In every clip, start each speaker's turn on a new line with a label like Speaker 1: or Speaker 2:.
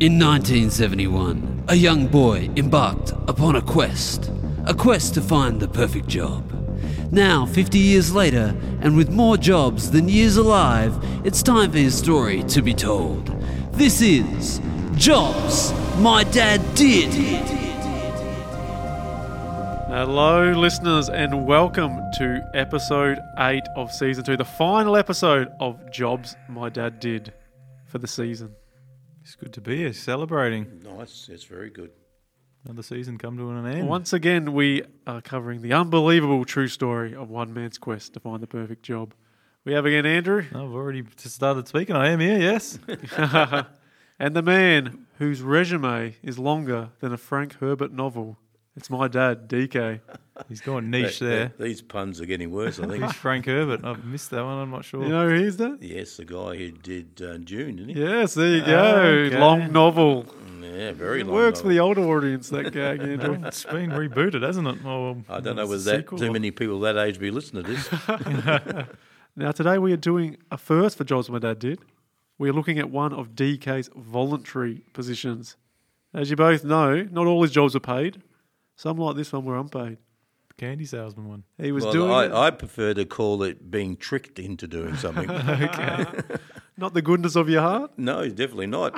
Speaker 1: In 1971, a young boy embarked upon a quest, a quest to find the perfect job. Now, 50 years later, and with more jobs than years alive, it's time for his story to be told. This is Jobs My Dad Did.
Speaker 2: Hello, listeners, and welcome to episode 8 of season 2, the final episode of Jobs My Dad Did for the season.
Speaker 3: It's good to be here, celebrating
Speaker 4: Nice. It's very good.
Speaker 3: another season come to an end.
Speaker 2: Once again, we are covering the unbelievable true story of one man's quest to find the perfect job. We have again Andrew
Speaker 3: I've already started speaking. I am here, yes.
Speaker 2: and the man whose resume is longer than a Frank Herbert novel. It's my dad, DK.
Speaker 3: He's gone niche
Speaker 4: That-
Speaker 3: there.
Speaker 4: that- these puns are getting worse, I think.
Speaker 3: Who's Frank Herbert? I've missed that one. I'm not sure.
Speaker 2: You know who he is that?
Speaker 4: yes, the guy who did uh, June, didn't he?
Speaker 2: Yes, there you go.
Speaker 3: Okay.
Speaker 2: Long novel.
Speaker 4: Yeah, very
Speaker 2: It
Speaker 4: long.
Speaker 2: works for
Speaker 4: novel.
Speaker 2: the older audience, that gag, Andrew.
Speaker 3: Well, it's been rebooted, hasn't it? Oh, Well,
Speaker 4: I don't know
Speaker 3: it's
Speaker 4: whether
Speaker 3: a
Speaker 4: that
Speaker 3: sequel
Speaker 4: too
Speaker 3: or-
Speaker 4: many people that age be listening to this.
Speaker 2: Now, today we are doing a first for Jobs My Dad Did. We are looking at one of DK's voluntary positions. As you both know, not all his jobs are paid. Some, like this one, were unpaid.
Speaker 3: candy salesman one.
Speaker 2: He was
Speaker 4: well,
Speaker 2: doing it-
Speaker 4: I, I prefer to call it being tricked into doing something.
Speaker 2: not the goodness of your heart.
Speaker 4: no, definitely not.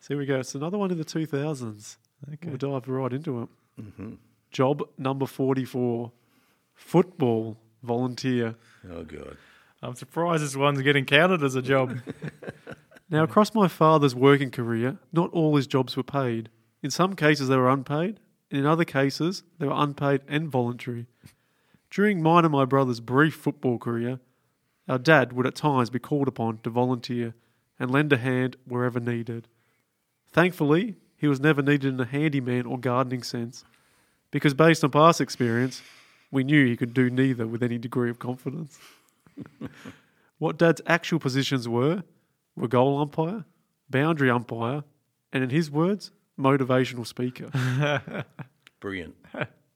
Speaker 2: So here we go. It's another one in the 2000s.
Speaker 3: Okay.
Speaker 2: We'll dive right into it.
Speaker 4: Mm-hmm.
Speaker 2: Job number 44 football volunteer.
Speaker 4: Oh God.
Speaker 3: I'm surprised this one's getting counted as a job.
Speaker 2: Now, across my father's working career, not all his jobs were paid. In some cases, they were unpaid, and in other cases, they were unpaid and voluntary. During mine and my brother's brief football career, our dad would at times be called upon to volunteer and lend a hand wherever needed. Thankfully, he was never needed in a handyman or gardening sense, because based on past experience, we knew he could do neither with any degree of confidence. What Dad's actual positions were were goal umpire, boundary umpire, and in his words, motivational speaker.
Speaker 4: Brilliant.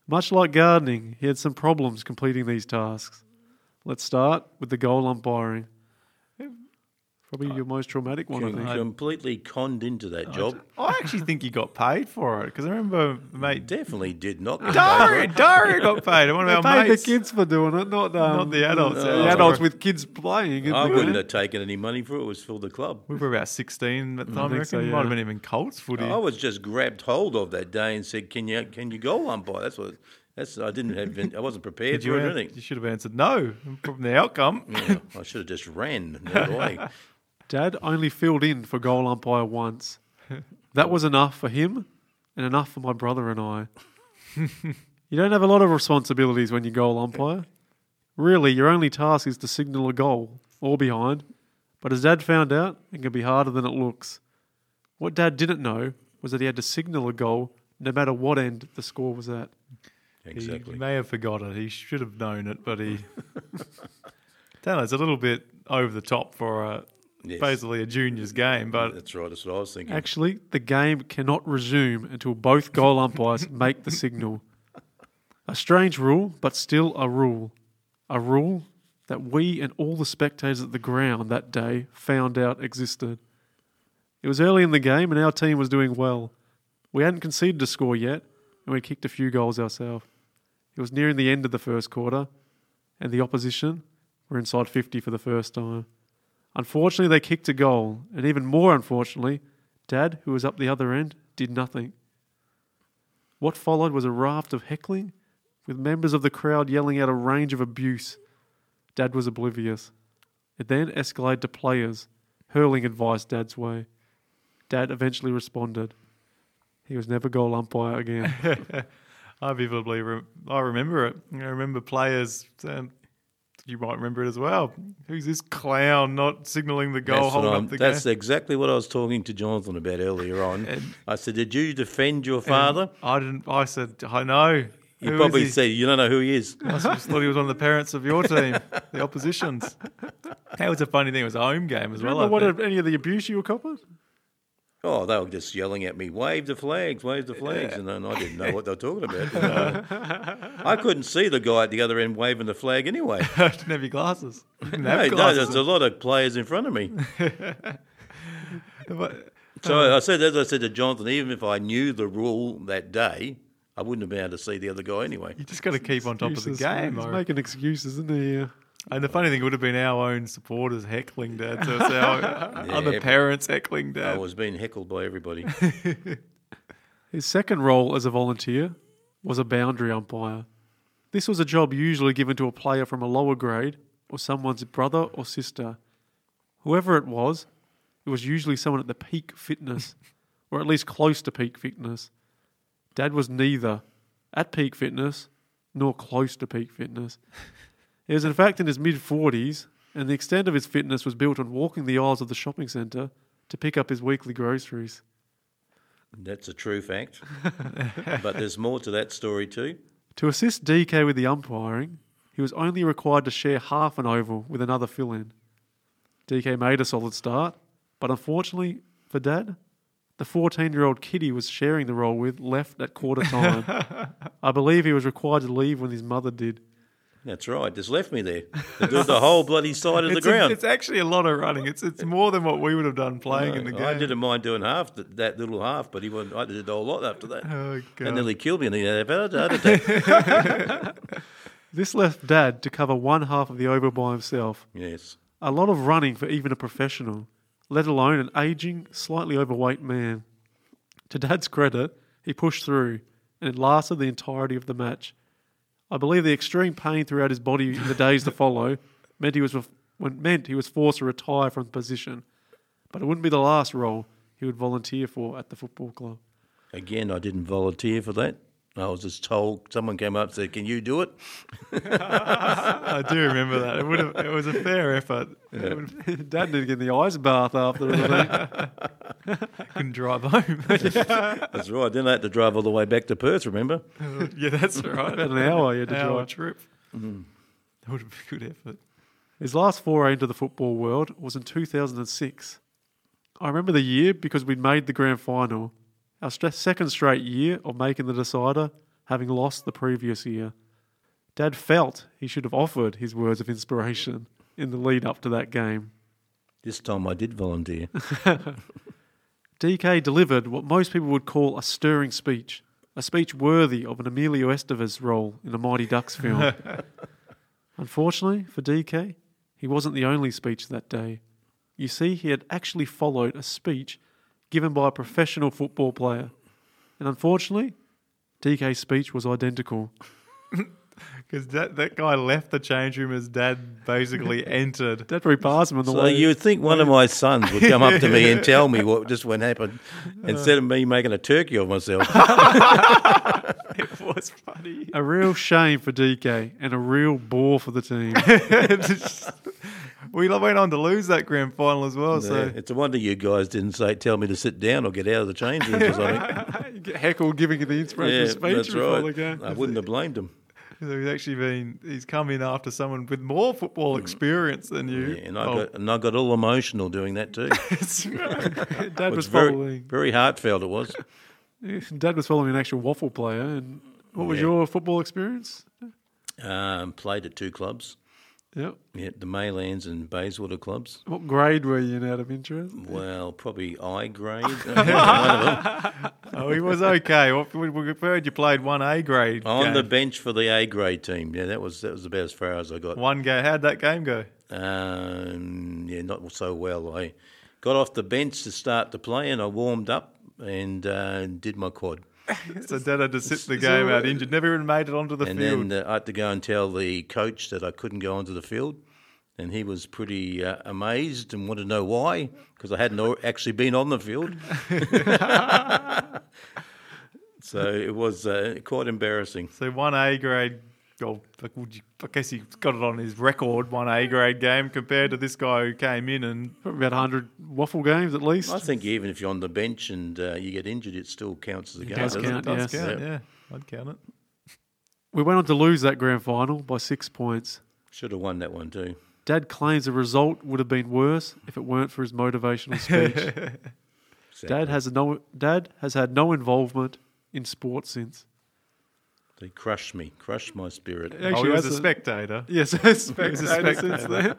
Speaker 2: Much like gardening, he had some problems completing these tasks. Let's start with the goal umpiring. Probably
Speaker 3: Uh,
Speaker 2: your most traumatic one, I
Speaker 4: Com-
Speaker 2: think.
Speaker 4: completely conned into
Speaker 2: Oh,
Speaker 4: that job.
Speaker 3: I actually think he got paid for it because I remember, mate.
Speaker 4: Definitely did not. get
Speaker 3: Daria,
Speaker 4: paid for it.
Speaker 3: Daria got paid. One of our
Speaker 2: Paid the
Speaker 3: mates,
Speaker 2: kids for doing it, not, um,
Speaker 3: not the adults. uh,
Speaker 2: the adults with kids playing.
Speaker 4: I wouldn't have taken any money for it. It was for the club.
Speaker 3: We were about 16 at the time. I,
Speaker 2: think
Speaker 3: reckon.
Speaker 2: so,
Speaker 3: Might
Speaker 2: yeah.
Speaker 3: have been even Colts footy.
Speaker 4: I was just grabbed hold of that day and said, "Can you can you go umpire?" That's what. That's I didn't have. I wasn't prepared
Speaker 3: Did you,
Speaker 4: for it or
Speaker 3: an-
Speaker 4: anything.
Speaker 3: you should have answered no from the outcome.
Speaker 4: Yeah, I should have just ran the other way.
Speaker 2: Dad only filled in for goal umpire once. That was enough for him and enough for my brother and I. you don't have a lot of responsibilities when you goal umpire. Really, your only task is to signal a goal or behind. But as Dad found out, it can be harder than it looks. What Dad didn't know was that he had to signal a goal no matter what end the score was at.
Speaker 4: Exactly.
Speaker 3: He may have forgot it. He should have known it, but he. don't know. It's a little bit over the top for a,
Speaker 4: Yes.
Speaker 3: basically a junior's game, but
Speaker 4: That's right. That's what I was thinking.
Speaker 2: Actually, the game cannot resume until both goal umpires make the signal. A strange rule, but still a rule. A rule that we and all the spectators at the ground that day found out existed. It was early in the game and our team was doing well. We hadn't conceded a score yet and we kicked a few goals ourselves. It was nearing the end of the first quarter and the opposition were inside 50 for the first time. Unfortunately, they kicked a goal, and even more unfortunately, Dad, who was up the other end, did nothing. What followed was a raft of heckling, with members of the crowd yelling out a range of abuse. Dad was oblivious. It then escalated to players, hurling advice Dad's way. Dad eventually responded. He was never goal umpire again.
Speaker 3: I vividly re- I remember it. I remember players. And you might remember it as well. Who's this clown not signalling the goal,
Speaker 4: That's, what
Speaker 3: holding
Speaker 4: I'm-
Speaker 3: up the
Speaker 4: that's
Speaker 3: game?
Speaker 4: exactly what I was talking to Jonathan about earlier on. I said, "Did you defend your father?"
Speaker 3: I didn't. I said, I know.
Speaker 4: You
Speaker 3: Who is
Speaker 4: probably
Speaker 3: he?
Speaker 4: said, "You don't know who he is."
Speaker 3: I just thought he was one of the parents of your team, the opposition's. That was a funny thing. It was a home game as well. I
Speaker 2: Remember what
Speaker 3: think.
Speaker 2: any of the abuse you were copping?
Speaker 4: Oh, they were just yelling at me, "Wave the flags, wave the flags," and then I didn't know what they were talking about. I couldn't see the guy at the other end waving the flag anyway.
Speaker 3: I didn't have your glasses. You didn't have
Speaker 4: No, no,
Speaker 3: glasses.
Speaker 4: there's a lot of players in front of me.
Speaker 3: But-
Speaker 4: So I said, as I said to Jonathan, even if I knew the rule that day, I wouldn't have been able to see the other guy anyway.
Speaker 3: You just got to keep on top of the
Speaker 2: Excuses.
Speaker 3: game.
Speaker 2: He's
Speaker 3: I-
Speaker 2: making excuses, isn't he? Yeah.
Speaker 3: And the funny thing would have been our own supporters heckling dad. So it's our other
Speaker 4: but-
Speaker 3: parents heckling
Speaker 4: I
Speaker 3: dad.
Speaker 4: was being heckled by everybody.
Speaker 2: His second role as a volunteer was a boundary umpire. This was a job usually given to a player from a lower grade or someone's brother or sister. Whoever it was, it was usually someone at the peak fitness, or at least close to peak fitness. Dad was neither at peak fitness nor close to peak fitness. He was, in fact, in his mid 40s, and the extent of his fitness was built on walking the aisles of the shopping centre to pick up his weekly groceries.
Speaker 4: That's a true fact. But there's more to that story too.
Speaker 2: To assist DK with the umpiring, he was only required to share half an oval with another fill in. DK made a solid start, but unfortunately for Dad, the 14 year old kid he was sharing the role with left at quarter time. I believe he was required to leave when his mother did.
Speaker 4: That's right. Just left me there to do the whole bloody side of the
Speaker 3: It's, a-
Speaker 4: ground.
Speaker 3: it's actually a lot of running. It's it's more than what we would have done playing in the game.
Speaker 4: I didn't mind doing half th- that little half, but he went, I did a whole lot after that.
Speaker 3: Oh, God.
Speaker 4: And nearly killed me, uh, and he had a heart attack.
Speaker 2: This left Dad to cover one half of the oval by himself.
Speaker 4: yes.
Speaker 2: A lot of running for even a professional, let alone an aging, slightly overweight man. To Dad's credit, he pushed through, and it lasted the entirety of the match. I believe the extreme pain throughout his body in the days to follow meant he was when meant he was forced to retire from the position. But it wouldn't be the last role he would volunteer for at the football club.
Speaker 4: Again, I didn't volunteer for that. I was just told someone came up and said, Can you do it?
Speaker 3: I do remember that. It would have, it was a fair effort. It would have,
Speaker 2: Dad didn't get in the ice bath after it. I think.
Speaker 3: couldn't drive home.
Speaker 4: That's right. Then I had to drive all the way back to Perth, remember?
Speaker 3: yeah, that's right.
Speaker 2: About an hour you had to
Speaker 3: hour
Speaker 2: drive.
Speaker 3: trip. That would have been a good effort.
Speaker 2: His last foray into the football world was in 2006. I remember the year because we'd made the grand final, our stra- second straight year of making the decider, having lost the previous year. Dad felt he should have offered his words of inspiration in the lead up to that game.
Speaker 4: This time I did volunteer.
Speaker 2: DK delivered what most people would call a stirring speech, a speech worthy of an Emilio Estevez role in a Mighty Ducks film. Unfortunately for DK, he wasn't the only speech that day. You see, he had actually followed a speech given by a professional football player. And unfortunately, DK's speech was identical.
Speaker 3: Because that, that guy left the change room as dad basically entered.
Speaker 2: Dad repassed him on the
Speaker 4: So
Speaker 2: way.
Speaker 4: you'd think one of my sons would come up to me and tell me what just went happened instead of me making a turkey of myself.
Speaker 3: It was funny.
Speaker 2: a real shame for DK and a real bore for the team.
Speaker 3: we went on to lose that grand final as well. So
Speaker 4: It's a wonder you guys didn't say, tell me to sit down or get out of the change rooms or something.
Speaker 2: You get heckled giving you the inspirational
Speaker 4: yeah,
Speaker 2: speech
Speaker 4: that's
Speaker 2: before the
Speaker 4: right. Uh,
Speaker 2: game.
Speaker 4: I wouldn't have blamed him.
Speaker 3: So he's actually been he's come in after someone with more football experience than you.
Speaker 4: Mm. Yeah, and I
Speaker 3: Oh,
Speaker 4: got and I got all emotional doing that too. It
Speaker 2: Dad
Speaker 4: was
Speaker 2: was
Speaker 4: very
Speaker 2: following.
Speaker 4: very heartfelt. It was.
Speaker 2: Dad was following an actual waffle player. And what was
Speaker 4: Yeah.
Speaker 2: your football experience?
Speaker 4: Um, played at two clubs.
Speaker 2: Yep.
Speaker 4: Yeah, the Maylands and Bayswater clubs.
Speaker 2: What grade were you in out of interest?
Speaker 4: Well, probably I grade. I think one of them.
Speaker 3: oh, he was okay. Well, we, we heard you played one A grade.
Speaker 4: On
Speaker 3: game.
Speaker 4: the bench for the A grade team. Yeah, that was that was about as far as I got.
Speaker 3: one game. How'd that game go?
Speaker 4: Um, yeah, not so well. I got off the bench to start to play, and I warmed up and uh, did my quad.
Speaker 3: So Dad had to sit the game out injured. Never even made it onto the
Speaker 4: And
Speaker 3: field.
Speaker 4: then uh, I had to go and tell the coach that I couldn't go onto the field. And he was pretty uh, amazed and wanted to know why, because I hadn't al- actually been on the field. so it was uh, quite embarrassing.
Speaker 3: so one A grade. Oh, fuck, would you- I guess he's got it on his record. One A grade game compared to this guy who came in and
Speaker 2: Probably about 100 waffle games at least.
Speaker 4: I think even if you're on the bench and uh, you get injured, it still counts as a game.
Speaker 2: does
Speaker 4: doesn't it?
Speaker 2: count,
Speaker 3: does
Speaker 2: yes.
Speaker 3: count.
Speaker 4: Yeah.
Speaker 3: Yeah, I'd count it.
Speaker 2: We went on to lose that grand final by six points.
Speaker 4: Should have won that one too.
Speaker 2: Dad claims the result would have been worse if it weren't for his motivational speech. Dad has no Dad has had no involvement in sport since.
Speaker 4: They crushed me, crushed my spirit.
Speaker 2: Actually,
Speaker 3: oh, he was Oh, a
Speaker 2: that's a-
Speaker 3: spectator.
Speaker 2: Yes, I suspect
Speaker 3: a
Speaker 2: so since then.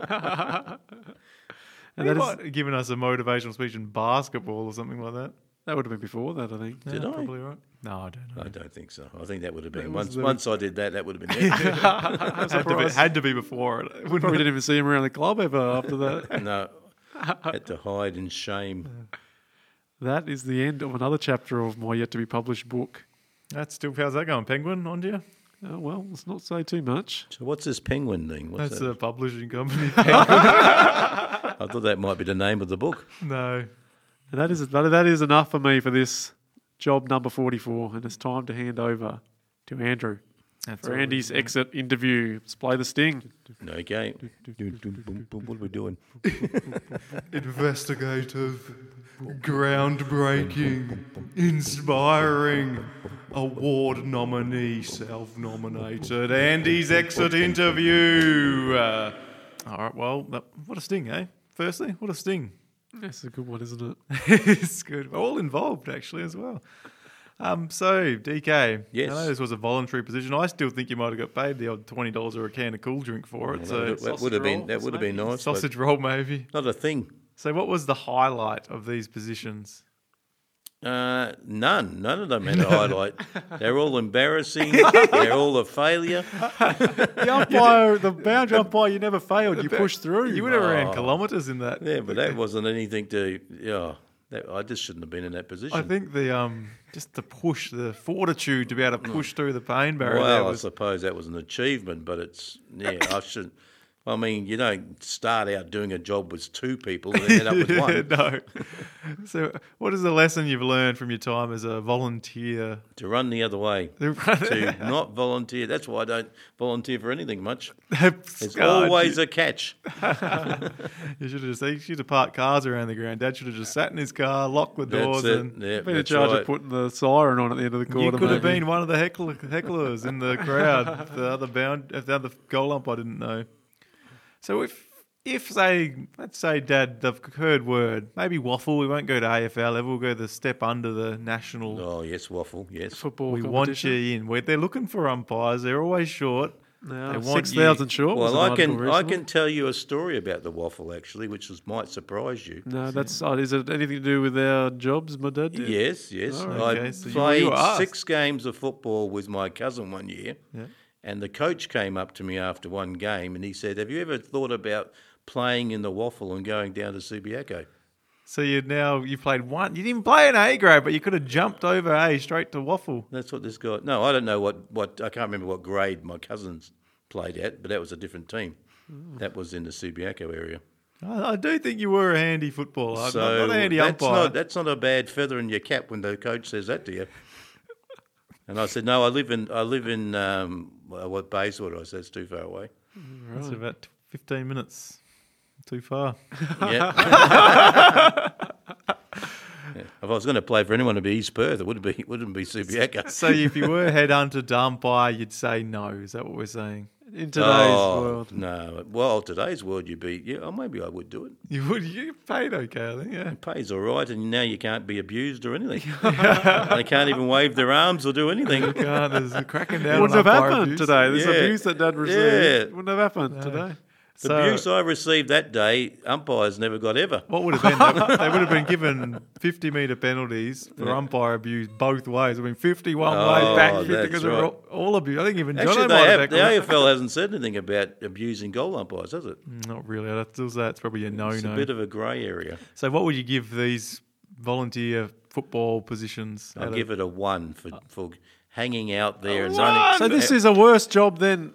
Speaker 2: And
Speaker 3: he
Speaker 2: that,
Speaker 3: might
Speaker 2: is,
Speaker 3: have given us a motivational speech in basketball or something like that.
Speaker 2: that would have been before that, I think.
Speaker 4: Did
Speaker 3: Yeah,
Speaker 4: I?
Speaker 3: Probably right. No, I don't know.
Speaker 4: I don't think so. I think that would have been
Speaker 2: was
Speaker 4: once.
Speaker 2: the-
Speaker 4: Once I did that, that would have been it.
Speaker 3: had, to be,
Speaker 2: surprised.
Speaker 3: had to be before it.
Speaker 2: We probably didn't even see him around the club ever after that.
Speaker 4: no, had to hide in shame.
Speaker 2: That is the end of another chapter of my yet to be published book.
Speaker 3: That's still how's that going, Penguin? On to you?
Speaker 2: Oh, well, let's not say too much.
Speaker 4: So what's this penguin thing? What's
Speaker 3: That's
Speaker 4: that?
Speaker 3: a publishing company.
Speaker 4: I thought that might be the name of the book.
Speaker 3: no,
Speaker 2: And that is that, that is enough for me for this job number forty-four, and it's time to hand over to Andrew
Speaker 3: that's
Speaker 2: for
Speaker 3: all.
Speaker 2: Andy's exit interview. Let's play the sting.
Speaker 4: Okay. what are we doing?
Speaker 3: investigative, groundbreaking, inspiring, award nominee, self nominated, Andy's exit interview. Uh, all right, well, that, what a sting, eh? Firstly, what a sting.
Speaker 2: That's a good one, isn't it?
Speaker 3: it's good. We're all involved, actually, as well. Um, so, DK,
Speaker 4: Yes.
Speaker 3: I know this was a voluntary position. I still think you might have got paid the odd $20 or a can of cool drink for it. so,
Speaker 4: that would have been that would have been nice. but
Speaker 3: sausage roll, maybe.
Speaker 4: Not a thing.
Speaker 3: So, what was the highlight of these positions?
Speaker 4: Uh, none. None of them had a highlight. They're all embarrassing. They're all a failure.
Speaker 2: The umpire, the boundary umpire, you never failed. You pushed through.
Speaker 3: You would have ran kilometres in that.
Speaker 4: Oh. Yeah, but that wasn't anything to. Yeah, that, I just shouldn't have been in that position.
Speaker 3: I think the um, just the push, the fortitude to be able to push through the pain barrier. there
Speaker 4: Well,
Speaker 3: was,
Speaker 4: I suppose that was an achievement, but it's yeah. I should. I mean, you don't start out doing a job with two people and then end up with one.
Speaker 3: no. So, what is the lesson you've learned from your time as a volunteer?
Speaker 4: To run the other way, to not volunteer. That's why I don't volunteer for anything much. It's always
Speaker 3: you,
Speaker 4: a catch.
Speaker 3: you should have just you should have parked cars around the ground. Dad should have just sat in his car, locked the
Speaker 4: That's
Speaker 3: doors,
Speaker 4: it.
Speaker 3: and
Speaker 4: Yeah,
Speaker 2: been in
Speaker 4: that's
Speaker 2: charge
Speaker 4: right.
Speaker 2: of putting the siren on at the end of the
Speaker 3: you
Speaker 2: quarter.
Speaker 3: could have
Speaker 2: maybe.
Speaker 3: been one of the heckler, hecklers in the crowd. if the other bound, if the other goal ump, I didn't know. So if if say let's say Dad, they've heard word, maybe waffle. We won't go to AFL level. We'll go the step under the national.
Speaker 4: Oh yes, waffle. Yes.
Speaker 2: football.
Speaker 3: we want
Speaker 2: competition.
Speaker 3: you in. We're, they're looking for umpires. They're always short.
Speaker 2: Now,
Speaker 3: They want
Speaker 2: six thousand
Speaker 3: you-
Speaker 2: short. was
Speaker 4: Well,
Speaker 2: an
Speaker 4: I can
Speaker 2: article
Speaker 4: I
Speaker 2: recently.
Speaker 4: can tell you a story about the waffle actually, which is, might surprise you.
Speaker 2: No, that's uh, is it anything to do with our jobs? My dad did.
Speaker 4: Yes, yes.
Speaker 3: Oh, okay,
Speaker 4: I
Speaker 3: so you-
Speaker 4: played
Speaker 3: you were asked.
Speaker 4: six games of football with my cousin one year, and the coach came up to me after one game and he said, "Have you ever thought about playing in the waffle and going down to Subiaco?"
Speaker 3: So you now you played one. You didn't play an A grade, but you could have jumped over A straight to waffle.
Speaker 4: That's what this guy. No, I don't know what what I can't remember what grade my cousins played at, but that was a different team.
Speaker 3: Mm.
Speaker 4: That was in the Subiaco area.
Speaker 3: I, I do think you were a handy footballer,
Speaker 4: So
Speaker 3: not, not a handy
Speaker 4: that's,
Speaker 3: umpire.
Speaker 4: not, that's not a bad feather in your cap when the coach says that to you. And I said, no, I live in I live in um, well, what Bayswater. I said it's too far away.
Speaker 3: That's about t- 15 minutes. Too far.
Speaker 4: Yeah. Yeah. If I was going to play for anyone, it'd be East Perth. It wouldn't be it wouldn't be Subiaco.
Speaker 3: So if you were headhunter to umpire, you'd say no. Is that what we're saying?
Speaker 2: In today's
Speaker 4: Oh,
Speaker 2: world,
Speaker 4: no. Well, today's world, you'd be yeah. oh, Maybe I would do it.
Speaker 3: You would. You paid okay, I think. Yeah.
Speaker 4: It pays all right, and now you can't be abused or anything. they can't even wave their arms or do anything.
Speaker 3: God, there's a cracking down.
Speaker 2: it wouldn't
Speaker 3: on
Speaker 2: have
Speaker 3: umpire
Speaker 2: happened
Speaker 3: abuse.
Speaker 2: today. This
Speaker 4: Yeah.
Speaker 2: abuse that Dad received
Speaker 4: Yeah.
Speaker 2: wouldn't have happened today.
Speaker 4: The
Speaker 3: So-
Speaker 4: abuse I received that day, umpires never got ever.
Speaker 3: What would have been? They, they would have been given 50 metre penalties for umpire abuse both ways. I mean, 51
Speaker 4: Oh,
Speaker 3: way back, 50
Speaker 4: that's
Speaker 3: because they were
Speaker 4: right.
Speaker 3: all, all abuse. I think even John
Speaker 4: Actually,
Speaker 3: might
Speaker 4: they
Speaker 3: have
Speaker 4: have, the
Speaker 3: echoed.
Speaker 4: AFL hasn't said anything about abusing goal umpires, has it?
Speaker 3: Not really. I'd still say it's probably a no
Speaker 4: It's a
Speaker 3: no.
Speaker 4: bit of a grey area.
Speaker 3: So, what would you give these volunteer football positions?
Speaker 4: I'll
Speaker 3: out of-
Speaker 4: give it a one for, for hanging out there and running.
Speaker 2: So this is a worse job than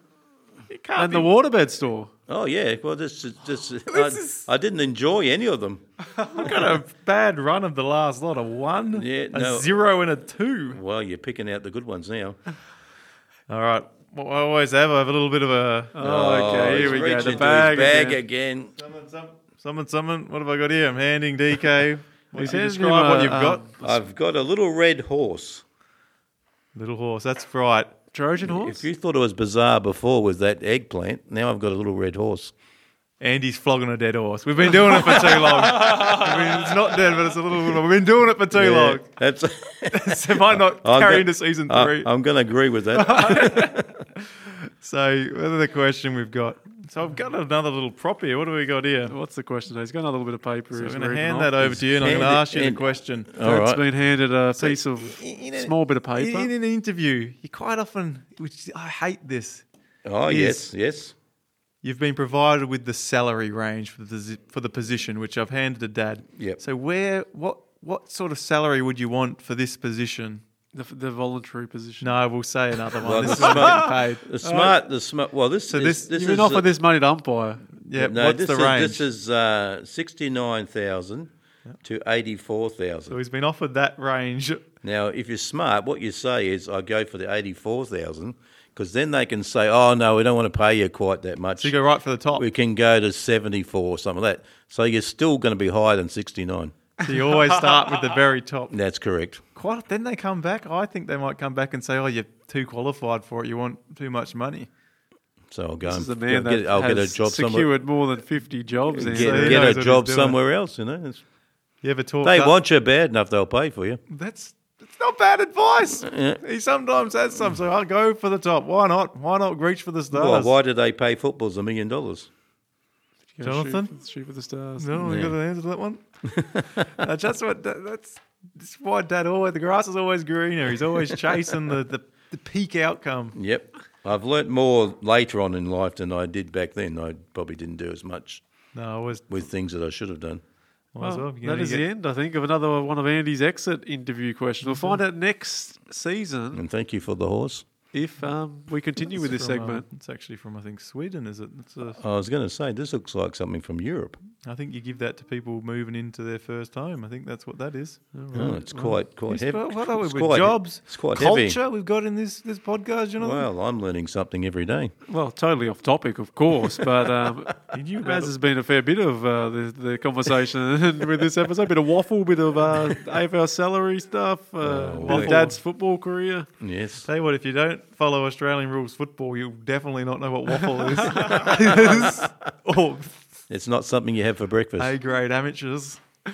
Speaker 3: It can't
Speaker 2: and
Speaker 3: be
Speaker 2: the waterbed store.
Speaker 4: Oh yeah, well this is this. is- I, I didn't enjoy any of them.
Speaker 3: got a bad run of the last lot. A one,
Speaker 4: Yeah,
Speaker 3: a
Speaker 4: no.
Speaker 3: zero, and a two.
Speaker 4: Well, you're picking out the good ones now.
Speaker 3: All right. What I always have, I have a little bit of a.
Speaker 2: Oh, okay,
Speaker 4: he's
Speaker 2: here we go.
Speaker 4: reaching
Speaker 2: The
Speaker 4: to his
Speaker 2: bag.
Speaker 4: bag
Speaker 2: again.
Speaker 4: again.
Speaker 3: Summon, summon, summon, summon. What have I got here? I'm handing DK. What
Speaker 2: He's
Speaker 3: you
Speaker 2: handing
Speaker 3: describe
Speaker 2: him
Speaker 3: what
Speaker 2: a,
Speaker 3: you've
Speaker 4: um,
Speaker 3: got.
Speaker 4: I've got a little red horse.
Speaker 3: Little horse. That's right.
Speaker 2: Trojan
Speaker 4: If
Speaker 2: horse.
Speaker 4: you thought it was bizarre before with that eggplant, now I've got a little red horse.
Speaker 3: Andy's flogging a dead horse. We've been doing it for too long. I mean, it's not dead, but it's a little. We've been doing it for too
Speaker 4: Yeah,
Speaker 3: long.
Speaker 4: That's.
Speaker 3: So it might not
Speaker 4: I'll
Speaker 3: carry
Speaker 4: get-
Speaker 3: into season
Speaker 4: I-
Speaker 3: three.
Speaker 4: I'm going to agree with that.
Speaker 3: so, whether the question we've got So I've got another little prop here. What do we got here?
Speaker 2: What's the question? He's got another little bit of paper.
Speaker 3: So I'm
Speaker 2: he's
Speaker 3: going to
Speaker 2: reading
Speaker 3: hand
Speaker 2: off.
Speaker 3: that over to you, and I'm going to
Speaker 4: Hand it- Oh,
Speaker 3: ask you the
Speaker 4: hand it.
Speaker 3: question.
Speaker 4: All
Speaker 2: Kurt's
Speaker 4: right.
Speaker 2: been handed a piece of
Speaker 3: in a-
Speaker 2: small bit of paper.
Speaker 3: In an interview, you quite often, which I hate this.
Speaker 4: Oh,
Speaker 3: Yes.
Speaker 4: yes, yes.
Speaker 3: You've been provided with the salary range for the for the position, which I've handed to Dad.
Speaker 4: Yep.
Speaker 3: So where what what sort of salary would you want for this position?
Speaker 2: the, the voluntary position.
Speaker 3: No, we'll say another
Speaker 4: Well,
Speaker 3: one. this
Speaker 4: this
Speaker 3: is what
Speaker 4: might-
Speaker 3: I'm getting paid.
Speaker 4: The smart, the smart. Well, this
Speaker 3: So
Speaker 4: is,
Speaker 3: this-
Speaker 4: this
Speaker 2: You've
Speaker 4: is
Speaker 2: been offered
Speaker 4: uh,
Speaker 2: this money to umpire.
Speaker 3: Yeah.
Speaker 4: No,
Speaker 3: what's
Speaker 4: this
Speaker 3: the
Speaker 4: is
Speaker 3: range?
Speaker 4: this is uh, sixty nine thousand to eighty four thousand.
Speaker 3: so he's been offered that range.
Speaker 4: Now, if you're smart, what you say is, I go for the 84,000 because then they can say, oh, no, we don't want to pay you quite that much.
Speaker 3: So you go right for the top.
Speaker 4: we can go to 74 or something like that. So you're still going to be higher than 69.
Speaker 3: So you always start with the very top.
Speaker 4: That's correct.
Speaker 3: Quite then they come back. I think they might come back and say, "Oh, you're too qualified for it. You want too much money."
Speaker 4: So I'll go
Speaker 2: This
Speaker 4: and
Speaker 2: is the man
Speaker 4: I'll
Speaker 2: that
Speaker 4: Um, get, I'll
Speaker 2: has
Speaker 4: get a job somewhere.
Speaker 2: secured more than 50 jobs.
Speaker 4: Get,
Speaker 2: Andy.
Speaker 3: so he
Speaker 4: get
Speaker 3: knows
Speaker 4: a
Speaker 3: what
Speaker 4: job
Speaker 3: he's doing.
Speaker 4: somewhere else, you know. It's-
Speaker 3: You ever talk?
Speaker 4: They
Speaker 3: up-
Speaker 4: want you bad enough, they'll pay for you.
Speaker 3: That's that's not bad advice.
Speaker 4: Uh,
Speaker 3: He sometimes has some. So I'll go for the top. Why not? Why not reach for the
Speaker 4: Well,
Speaker 3: stars?
Speaker 4: why do they pay footballs a million dollars?
Speaker 2: Go shoot
Speaker 3: Jonathan?
Speaker 2: for- Shoot, for the stars.
Speaker 3: No, we
Speaker 4: Yeah.
Speaker 3: Oh, got an answer to that one. Uh, that's what. That, that's, that's why Dad always. The grass is always greener. He's always chasing the, the, the peak outcome.
Speaker 4: Yep. I've learnt more later on in life than I did back then. I probably didn't do as much
Speaker 3: No, I was.
Speaker 4: with things that I should have done.
Speaker 3: might as
Speaker 2: Well,
Speaker 3: well.
Speaker 2: that is the end, I think, of another one of Andy's exit interview questions. We'll find out next season
Speaker 4: And thank you for the horse.
Speaker 2: if um, we continue with this segment.
Speaker 3: it's actually from uh, I think Sweden. Is it? It's a,
Speaker 4: I was going to say this looks like something from Europe.
Speaker 3: I think you give that to people moving into their first home. I think that's what that is.
Speaker 4: Oh, it's quite quite
Speaker 3: Yes,
Speaker 4: heavy.
Speaker 3: well, what are we
Speaker 4: it's
Speaker 3: with
Speaker 4: quite-
Speaker 3: jobs?
Speaker 4: It's quite
Speaker 3: culture
Speaker 4: heavy.
Speaker 3: we've got in this this podcast. You know,
Speaker 4: Well, I'm learning something every day.
Speaker 2: Well, totally off topic, of course, but um, as has been a fair bit of uh, the, the conversation with this episode, bit of waffle, bit of uh, AFL salary stuff, uh, bit
Speaker 4: waffle.
Speaker 2: of Dad's football career.
Speaker 4: Yes.
Speaker 3: Tell you what, if you don't follow Australian rules football, you'll definitely not know what waffle is. or
Speaker 4: It's not something you have for breakfast.
Speaker 3: A grade amateurs.
Speaker 2: All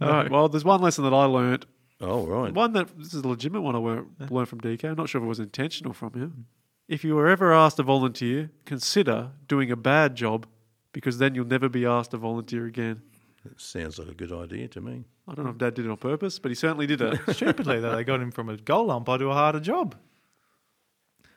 Speaker 2: right. uh, Well, there's one lesson that I learnt.
Speaker 4: oh, right.
Speaker 2: One that this is a legitimate one I lear- learned from DK. I'm not sure if it was intentional from him. If you were ever asked to volunteer, consider doing a bad job because then you'll never be asked to volunteer again.
Speaker 4: That sounds like a good idea to me.
Speaker 2: I don't know if Dad did it on purpose, but he certainly did it.
Speaker 3: Stupidly, though, they got him from a goal umpire to a harder job.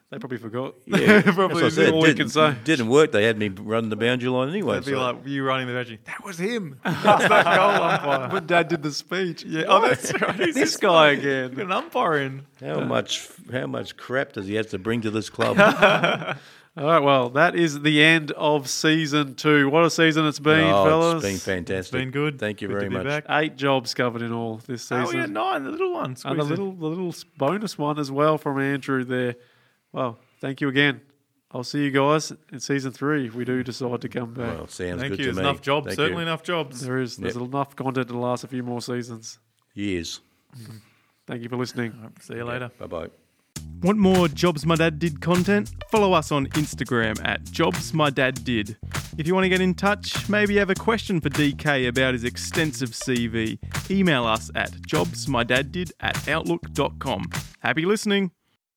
Speaker 2: they probably forgot.
Speaker 4: Yeah,
Speaker 3: Probably
Speaker 4: that's what I said.
Speaker 2: all we
Speaker 4: didn't,
Speaker 2: can say.
Speaker 4: didn't work. They had me run the boundary line anyway.
Speaker 3: They'd be
Speaker 4: so-
Speaker 3: like, you running the bench. That was him. That's that goal umpire.
Speaker 2: When Dad did the speech,
Speaker 3: Yeah, oh, that's right. He's
Speaker 2: this
Speaker 3: just
Speaker 2: guy
Speaker 3: got
Speaker 2: again.
Speaker 3: an umpire in.
Speaker 4: how much how much crap does he have to bring to this club?
Speaker 2: All right, well, that is the end of season two. What a season it's been,
Speaker 4: oh,
Speaker 2: fellas.
Speaker 4: it's been fantastic.
Speaker 3: been good.
Speaker 4: Thank you
Speaker 3: Good to
Speaker 4: very
Speaker 3: be
Speaker 4: much.
Speaker 3: back.
Speaker 2: Eight jobs covered in all this season.
Speaker 3: Oh, yeah, nine, the little one.
Speaker 2: And the
Speaker 3: squeezed in.
Speaker 2: little, the little s- bonus one as well from Andrew there. Well, thank you again. I'll see you guys in season three if we do decide to come back.
Speaker 4: Well, Oh,
Speaker 3: Thank
Speaker 4: sounds good
Speaker 3: you.
Speaker 4: to
Speaker 3: There's
Speaker 4: me.
Speaker 3: enough jobs.
Speaker 4: Thank
Speaker 3: certainly
Speaker 4: you.
Speaker 3: enough jobs.
Speaker 2: there is. There's
Speaker 4: Yep.
Speaker 2: enough content to last a few more seasons.
Speaker 4: Years.
Speaker 2: Thank you for listening.
Speaker 3: See you later.
Speaker 4: Bye bye.
Speaker 5: Want more Jobs My Dad Did content? Follow us on Instagram at Jobs My Dad Did. If you want to get in touch, maybe you have a question for DK about his extensive CV, email us at jobsmydaddid at outlook.com. Happy listening!